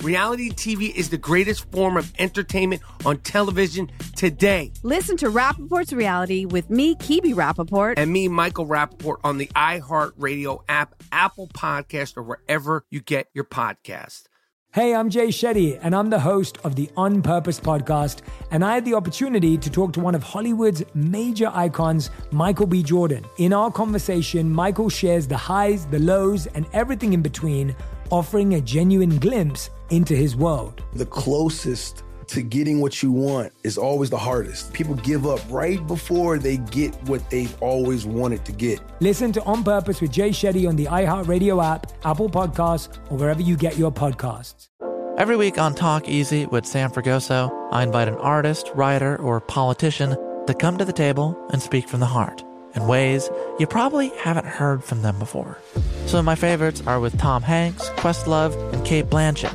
Reality TV is the greatest form of entertainment on television today. Listen to Rappaport's Reality with me, Kibi Rappaport. And me, Michael Rappaport, on the iHeartRadio app, Apple Podcast, or wherever you get your podcast. Hey, I'm Jay Shetty, and I'm the host of the On Purpose podcast. And I had the opportunity to talk to one of Hollywood's major icons, Michael B. Jordan. In our conversation, Michael shares the highs, the lows, and everything in between, offering a genuine glimpse into his world. the closest to getting what you want is always the hardest. People give up right before they get what they've always wanted to get. Listen to On Purpose with Jay Shetty on the iHeartRadio app, Apple Podcasts, or wherever you get your podcasts. Every week on Talk Easy with Sam Fragoso, I invite an artist, writer, or politician to come to the table and speak from the heart in ways you probably haven't heard from them before. Some of my favorites are with Tom Hanks, Questlove, and Kate Blanchett.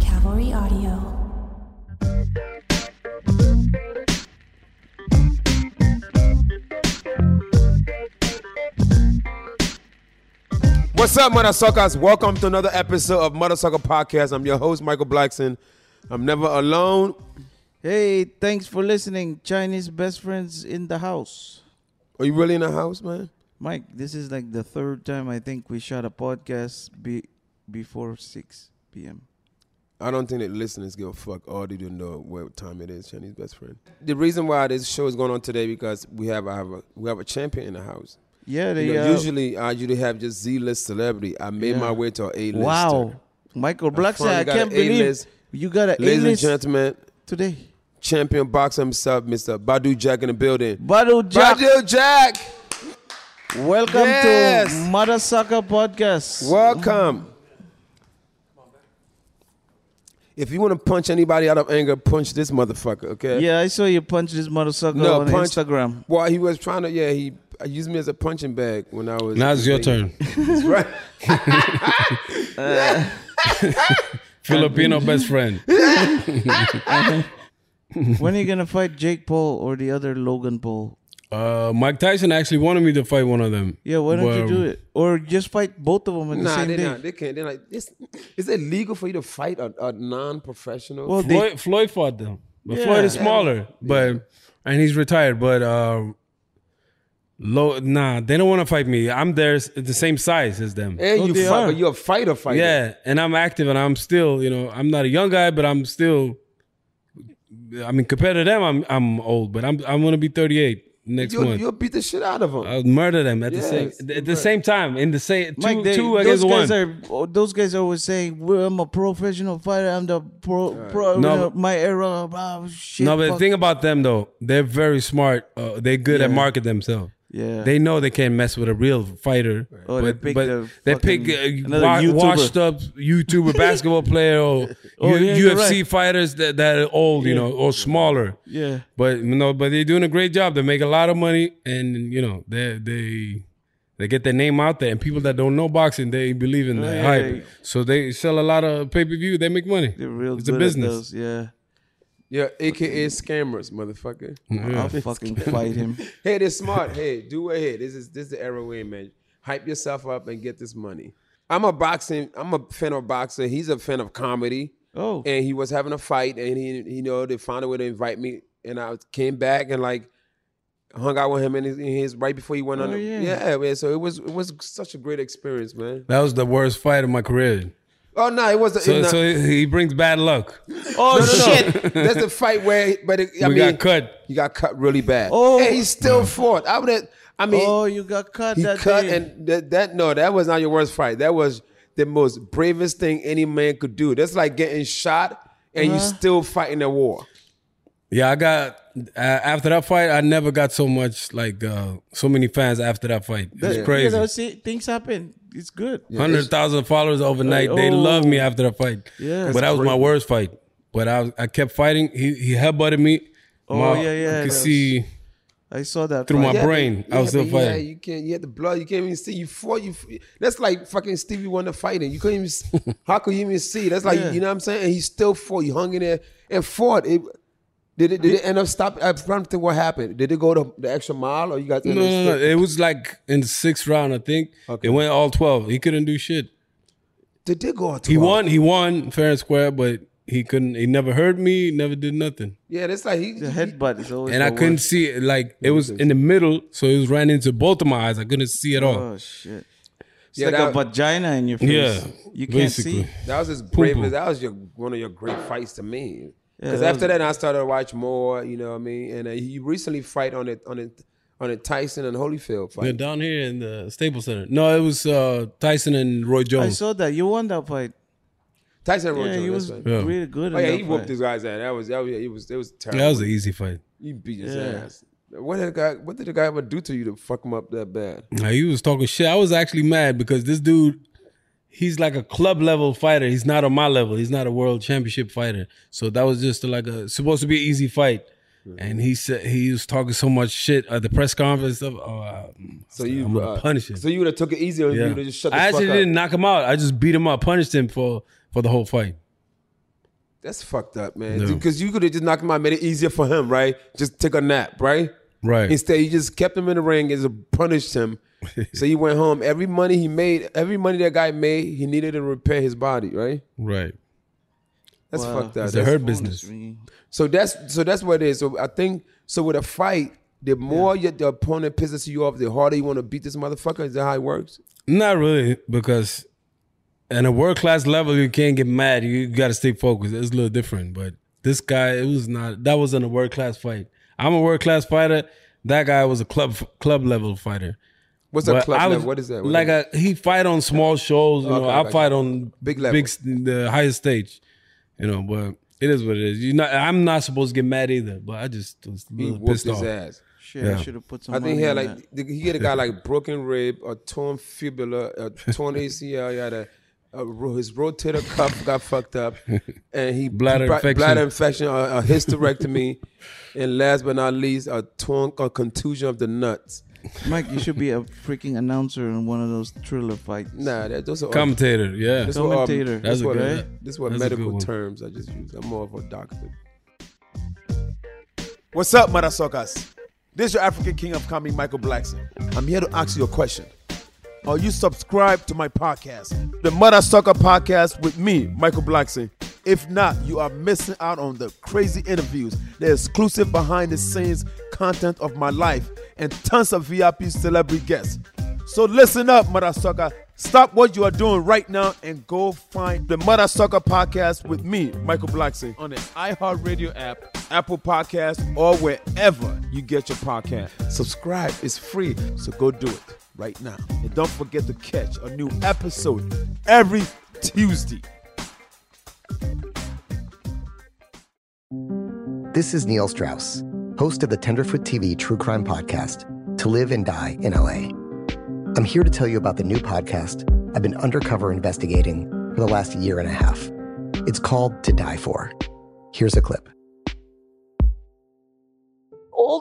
Cavalry Audio. What's up, Mother Suckers? Welcome to another episode of Mother Sucker Podcast. I'm your host, Michael Blackson. I'm never alone. Hey, thanks for listening. Chinese best friends in the house. Are you really in the house, man? Mike, this is like the third time I think we shot a podcast be- before 6 p.m. I don't think that listeners give a fuck. All they do know what time it is. Chinese best friend. The reason why this show is going on today because we have I have a we have a champion in the house. Yeah, they You know, uh, usually I usually have just Z list celebrity. I made my way to A list. Wow. Michael Black finally said, I got can't an A-list. believe you got an Ladies and A-list gentlemen, today. champion boxer himself, Mr. Badu Jack in the building. Badu Jack, Badu Jack, welcome Yes. to Mother Sucker Podcast. welcome. If you want to punch anybody out of anger, punch this motherfucker, okay? Yeah, I saw you punch this motherfucker on Instagram. Well, he was trying to. Yeah, he used me as a punching bag when I was. Now it's your turn. That's right. Uh, Filipino best friend. when are you gonna fight Jake Paul or the other Logan Paul? Uh, Mike Tyson actually wanted me to fight one of them. Yeah, why don't Well, you do it? Or just fight both of them at the Nah, same they day. not. They can't. They're like. It's, is it legal for you to fight a, a non-professional? Well, they- Floyd, Floyd fought them, but Floyd is smaller, but and he's retired. But uh, low, nah, they don't want to fight me. I'm there s- the same size as them. and Oh, you they fight, are. but you're a fighter fighter. Yeah, and I'm active, and I'm still, you know, I'm not a young guy, but I'm still. I mean, compared to them, I'm I'm old, but I'm I'm gonna be 38 next You'll, month. you'll beat the shit out of them. I'll murder them at Yes, the same at the same time in the same two two against those guys one. are oh, those guys are always saying, well, "I'm a professional fighter. I'm the pro, pro No, you know, but- my era." Blah, shit, No, but the fuck. thing about them though, they're very smart. Uh, they're good at market themselves. Yeah. They know they can't mess with a real fighter. Oh, they pick the they fucking- pick uh, another wa- YouTuber. washed up YouTuber basketball player or Oh, U- yeah, you're UFC right. fighters that, that are old, you know, or smaller. Yeah. But you know, but they're doing a great job. They make a lot of money, and you know, they they they get their name out there. And people that don't know boxing, they believe in the yeah, hype, yeah. so they sell a lot of pay per view. They make money. they're real it's good a business. At those. Yeah, yeah, aka scammers, motherfucker. I'll fucking fight him. Hey, they're smart. hey, do it. Hey, this is this is the era we're in, man. Hype yourself up and get this money. I'm a boxing. I'm a fan of boxing. He's a fan of comedy. Oh, and he was having a fight, and he you know they found a way to invite me, and I came back and like hung out with him and his, in his right before he went on. Oh, the- yeah. yeah, man. So it was it was such a great experience, man. That was the worst fight of my career. Oh no, it was. So, it, so he brings bad luck. oh shit! That's the fight where, but it, I we mean, got cut. He got cut really bad. Oh. and he still fought. I would. have I mean, oh, you got cut he that cut, day. and that, that no, that was not your worst fight. That was the most bravest thing any man Uh-huh. could do. That's like getting shot and you still fighting the war. Yeah, I got uh, after that fight, I never got so much like uh, so many fans after that fight. It's That- You crazy. know, see, things happen. It's good. Hundred thousand followers overnight. They Oh. love me after the fight. Yeah. but that was my worst fight. But I I kept fighting. He he headbutted me. Oh, My- yeah, yeah, You that can was- see I saw that. Through my fight. Yeah, brain, but- I was still but yeah, fighting. you can't. You had the blood. You can't even see. You fought. You. That's like fucking Stevie Wonder fighting. You couldn't even. s- how could you even see? That's like Yeah. you know what I'm saying. And he still fought. You hung in there and fought. It, did it? Did it end up stopping? I'm trying to think what happened. Did it go to the extra mile or you guys? no, no, no. It was like in the sixth round, I think. Okay. It went all twelve. He couldn't do shit. Did it go to? He won. He won fair and square, but he couldn't. He never hurt me. Never did nothing. Yeah, that's like he. The headbutt is always. and I the couldn't worst. see it. Like it was in the middle, so it was ran into both of my eyes. I couldn't see at all. Oh shit! It's Yeah, like a that- vagina in your face. yeah, you can't basically. see. That was his bravest. poo. That was your one of your great fights to me. Because that after was- that, I started to watch more. You know what I mean? And uh, you recently fight on it on it on a Tyson and Holyfield Yeah, fight. down here in the Staples Center. No, it was uh, Tyson and Roy I Jones. saw that. You won that fight. Tyson and Roy yeah, Jones. he that's was right. Yeah. really good. Oh in yeah, that he whooped fight. his guy's ass. That was that was it was it was terrible. that was an easy fight. you beat his Yeah. ass. What did the guy what did the guy ever do to you to fuck him up that bad? Nah, he was talking shit. I was actually mad because this dude, he's like a club level fighter. He's not on my level. He's not a world championship fighter. So that was just like a supposed to be an easy fight. And he said he was talking so much shit at the press conference. Stuff. Oh, I- So I'm you gonna uh, punish him. So you would have took it easier if you yeah. would have just shut the I fuck actually up. didn't knock him out. I just beat him up, punished him for for the whole fight. That's fucked up, man. No. Because you could have just knocked him out, made it easier for him, right? Just take a nap, right? Right. Instead, you just kept him in the ring and just punished him. so he went home. Every money he made, every money that guy made, he needed to repair his body, right? right. That's Wow. fucked up. It's a hurt That's- business. So that's so that's what it is. So I think so with a fight, the more your, the opponent pisses you off, the harder you want to beat this motherfucker. Is that how it works? Not really, because in a world class level, you can't get mad. You got to stay focused. It's a little different, but this guy, it was not. That wasn't a world class fight. I'm a world class fighter. That guy was a club club level fighter. What's a But club I was- level? What is that? What like is- a he fight on small shows. You know, Okay, I okay. fight on Big level. big s- the highest stage. You know, but it is what it is. You not. I'm not supposed to get mad either, but I just was a he little whooped pissed his off. ass. Shit, Yeah. I should have put some. I think money he had on like the, he had a guy like broken rib, a torn fibula, a torn ACL. He had a, a ro- his rotator cuff got fucked up, and he Bladder he bri- infection. bladder infection, a, a hysterectomy, and last but not least, a torn a contusion of the nuts. that. Mike, you should be a freaking announcer in one of those thriller fights. Nah, that, those are all- Commentator, yeah. This what, um, Commentator. This That's a what, good- this what that's a good medical one. terms I just use. I'm more of a doctor. What's up, mother suckers? This is your African king of comedy, Michael Blackson. I'm here to ask you a question. Are you subscribed to my podcast, the Mother Sucker Podcast, with me, Michael Blackson? If not, you are missing out on the crazy interviews, the exclusive behind the scenes content of my life, and tons of VIP celebrity guests. So listen up, Mother Sucker. Stop what you are doing right now and go find the Mother Sucker Podcast with me, Michael Blackson, on the iHeartRadio app, Apple Podcast, or wherever you get your podcast. Subscribe, it's free, so go do it right now. And don't forget to catch a new episode every Tuesday. This is Neil Strauss, host of the Tenderfoot TV True Crime Podcast, To Live and Die in LA. I'm here to tell you about the new podcast I've been undercover investigating for the last year and a half. It's called To Die For. Here's a clip. all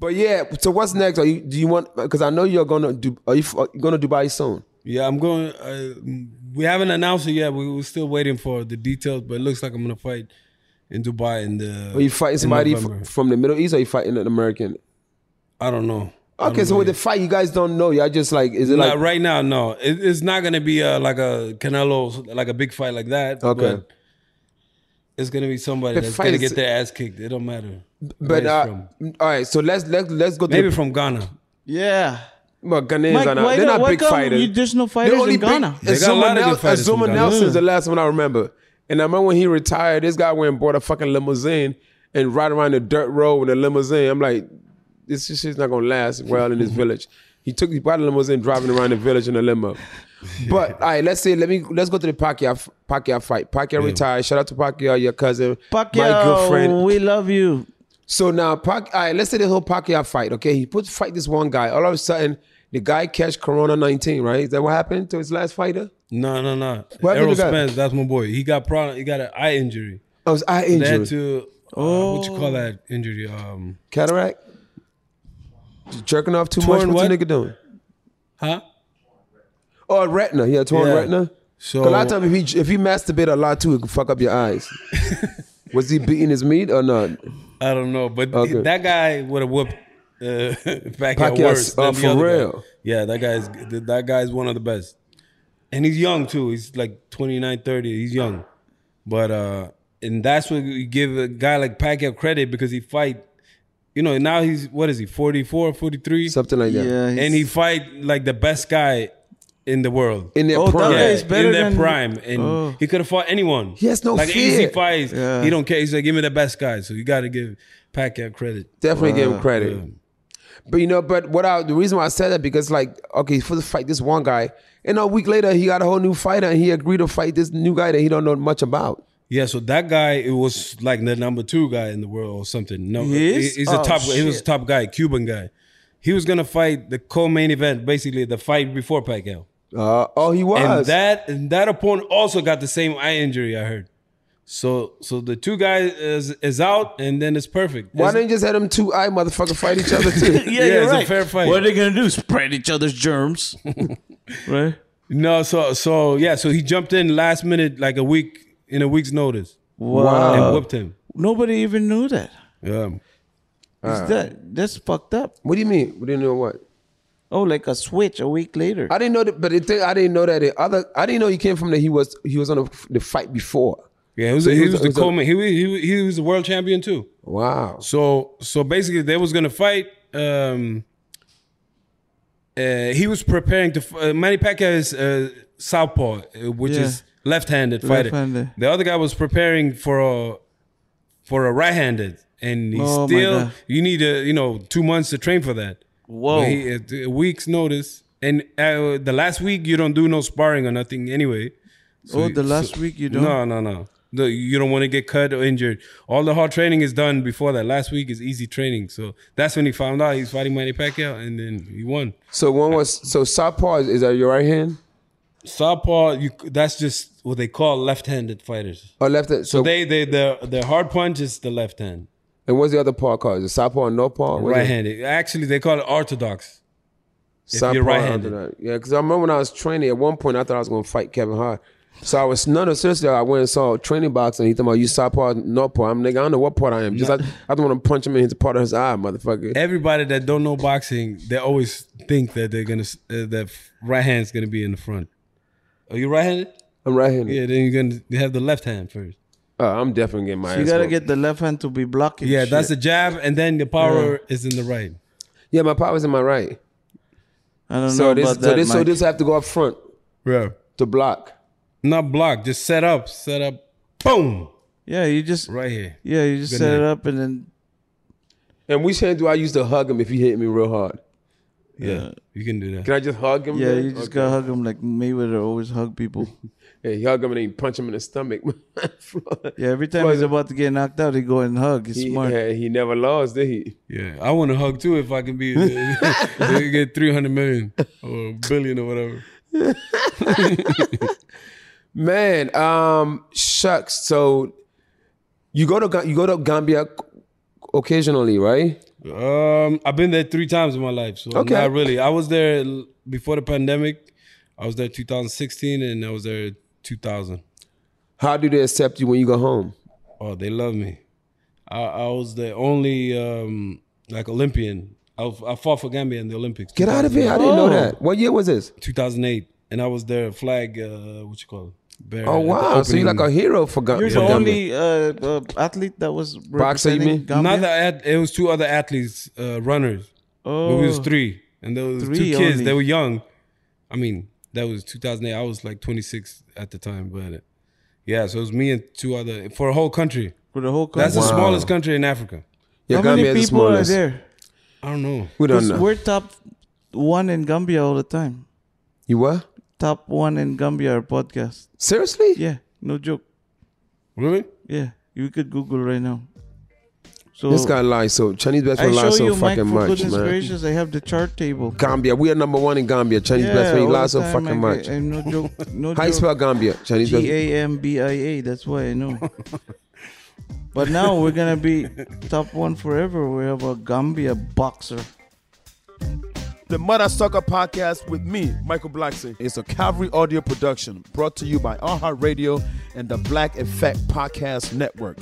But yeah, so what's next? Are you do you want? Because I know you're gonna do. Are you f- are you gonna Dubai soon? Yeah, I'm going. Uh, we haven't announced it yet. We were still waiting for the details, but it looks like I'm gonna fight in Dubai in the. Are you fighting in somebody f- November. from the Middle East? or Are you fighting an American? I don't know. I Okay, don't so know with the fight, you guys don't know. Y'all just like, is it Not like right now, no. It, it's not gonna be uh like a Canelo, like a big fight like that. Okay. but it's gonna be somebody But that's fight gonna is- get their ass kicked. It don't matter. But where it's uh, from. all right, so let's let let's go. To Maybe from Ghana. Yeah. Well, Ghanaians Mike, are not. why They're don't- not why big come fighters. you- there's no The fighters only in big- Ghana? They got a Azuma lot of Nel- good fighters Azuma in Ghana. Nelson is Yeah. the last one I remember. And I remember when he retired, this guy went and bought a fucking limousine and ride around the dirt road in a limousine. I'm like, this shit's not gonna last well Mm-hmm. in this village. He took he bought a limousine driving around the village in a limo. But all right, let's say let me let's go to the Pacquiao Pacquiao fight. Pacquiao retired. Shout out to Pacquiao, your cousin, my Pacquiao, good friend. we love you. So now, Pac, all right, let's say the whole Pacquiao fight. Okay, he puts fight this one guy. All of a sudden, the guy catch Corona nineteen. Right? Is that what happened to his last fighter? No, no, no. What happened Errol to that? Spence, that's my boy. He got problem. He got an eye injury. Oh, his eye Led injury. to uh, Oh. what you call that injury? Um, Cataract. Jerking off too Torn much. What's the what? nigga doing? Huh? Oh, retina. Yeah, torn Yeah. retina. So- 'Cause a lot of times, if he if he masturbate a lot too, it can fuck up your eyes. Was he beating his meat or not? I don't know, but Okay. th- that guy would have whooped uh, Pacquiao Pacquiao, worse. uh, than the for other guy. real. Yeah, that guy's th- that guy's one of the best, and he's young too. He's like 29, 30. He's young, but uh, and that's what you give a guy like Pacquiao credit because he fight. You know, now he's what is he 44, 43? something like that. Yeah, he's- and he fight like the best guy in the world In their Oh, that prime. guy is better in their than- prime, and Oh. he could have fought anyone. He has no like fear. easy fights. Yeah. He don't care. He's like, give me the best guy. So you got to give Pacquiao credit. Definitely give him credit. But you know, but what I the reason why I said that because like okay for the fight this one guy and a week later he got a whole new fighter and he agreed to fight this new guy that he don't know much about. Yeah, so that guy, it was like the number two guy in the world or something. No, He is? he's a Oh, top. He was a shit. top guy, Cuban guy. He was gonna fight the co-main event, basically the fight before Pacquiao. Uh, oh, he was. And that and that opponent also got the same eye injury. I heard. So so the two guys is, is out, and then it's perfect. why It's- didn't you just have them two eye motherfucker fight each other too? it's a fair fight. What are they gonna do? Spread each other's germs? right? No, so so yeah, so he jumped in last minute, like a week in a week's notice. Wow. And whipped him. Nobody even knew that. Yeah. Is that that's fucked up? What do you mean? We didn't know what? Oh, like a switch a week later. I didn't know that, but the thing, I didn't know that the other I didn't know he came from that he was he was on the the fight before. Yeah, he was, So he was, it the a- co-main. He, was- he was- he was the world champion too. Wow. So so basically, they was gonna fight, um, Uh, he was preparing to. f- Uh, Manny Pacquiao is uh, southpaw, uh, which Yeah. is left-handed fighter. Left-handed. The other guy was preparing for a for a right-handed, and he Oh, my still. God. You need a you know two months to train for that. Whoa. But he- uh, a week's notice, and uh, the last week you don't do no sparring or nothing anyway. Oh, the last week you don't? No, no, no. No, you don't want to get cut or injured. All the hard training is done before that. Last week is easy training, so that's when he found out he's fighting Manny Pacquiao, and then he won. So one was so southpaw is, is that your right hand? Southpaw, you that's just what they call left-handed fighters. Oh, Or left hand. So, So, they they the the hard punch is the left hand, and what's the other paw called? Is it southpaw and north paw? What is it? right-handed. Actually, they call it orthodox. If Southpaw you're and right-handed, orthodox. Yeah, because I remember when I was training. At one point, I thought I was going to fight Kevin Hart. So I was no, no, seriously. I went and saw a training box, and he talking about you southpaw, northpaw. I'm nigga. I don't know what part I am. Just I, I don't want to punch him in his part of his eye, motherfucker. everybody that don't know boxing, they always think that they're gonna uh, that right hand's gonna be in the front. Are you right-handed? I'm right-handed. Yeah, then you're gonna have the left hand first. Uh, I'm definitely getting my. So you ass gotta whooped. Get the left hand to be blocking. Yeah, shit. that's the jab, and then the power is in the right. Yeah, my power's in my right. I don't so know this, about so that, this, so Mike. this have to go up front. Yeah. To block. Not block, just set up, set up, boom. Yeah, you just right here. Yeah, you just Good set it night. up and then And which hand do I use to hug him if he hit me real hard? Yeah, you can do that. Can I just hug him? Yeah, then? you just Okay. gotta hug him like Mayweather always hug people. Yeah, he hug him and then he punch him in the stomach. Yeah, every time he's about to get knocked out, he go and hug. He's he, smart. yeah, he never lost, did he? Yeah, I want to hug too if I can be get three hundred million or billion or whatever. Man, um, shucks. So you go to Ga- you go to Gambia occasionally, right? Um, I've been there three times in my life, so Okay. not really. I was there l- before the pandemic. I was there 2016, and I was there 2000. How do they accept you when you go home? Oh, they love me. I, I was the only um like Olympian. I, f- I fought for Gambia in the Olympics. Get out of here! I didn't Oh. know that. What year was this? 2008, and I was their flag. Uh, what you call it? Bearer Oh at the wow! So you're opening. like a hero for, Ga- You're for the Gambia. only uh, uh, athlete that was Boxer, you representing mean? Gambia? Not the at, it was two other athletes, uh, runners. Oh. But we was three, and there was Three two kids. only. They were young. I mean, that was 2008. I was like 26 at the time, but uh, yeah. So it was me and two other for a whole country. For the whole That's the country. Wow. smallest country in Africa. How many people are there? I don't know. We don't 'Cause know. We're top one in Gambia all the time. You what? Top one in Gambia our podcast. Seriously? Yeah, no joke. Really? Yeah, you could Google right now. So this guy lies so Chinese best I friend show lies so you, Mike, fucking for much, goodness man. gracious, I have the chart table. Gambia, we are number one in Gambia. Chinese Yeah, best friend, all he lies the so time, fucking Mike, much. I- I- no joke. No How you joke. spell Gambia? Chinese best G A M B I A. That's why I know. but now we're gonna be top one forever. We have a Gambia boxer. The Mother Sucker Podcast with me, Michael Blackson. It's a Calvary Audio production brought to you by Aha Radio and the Black Effect Podcast Network.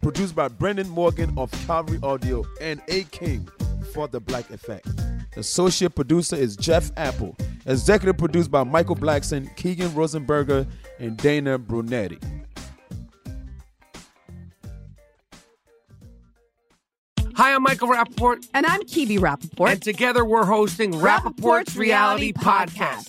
Produced by Brendan Morgan of Calvary Audio and A King for the Black Effect. Associate producer is Jeff Apple. Executive produced by Michael Blackson, Keegan Rosenberger, and Dana Brunetti. Hi, I'm Michael Rappaport. And I'm Kibi Rappaport. And together we're hosting Rappaport's Reality Podcast.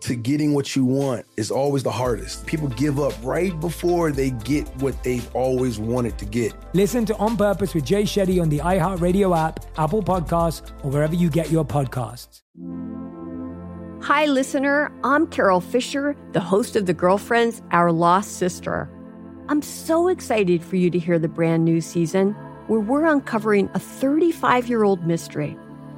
to getting what you want is always the hardest. People give up right before they get what they've always wanted to get. Listen to On Purpose with Jay Shetty on the iHeartRadio app, Apple Podcasts, or wherever you get your podcasts. Hi, listener. I'm Carol Fisher, the host of The Girlfriends, Our Lost Sister. I'm so excited for you to hear the brand new season where we're uncovering a 35 year old mystery.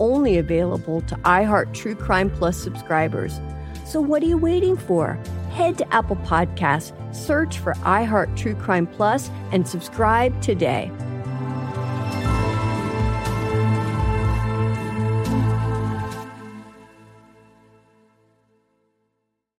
only available to iHeart True Crime Plus subscribers. So what are you waiting for? Head to Apple Podcasts, search for iHeart True Crime Plus, and subscribe today.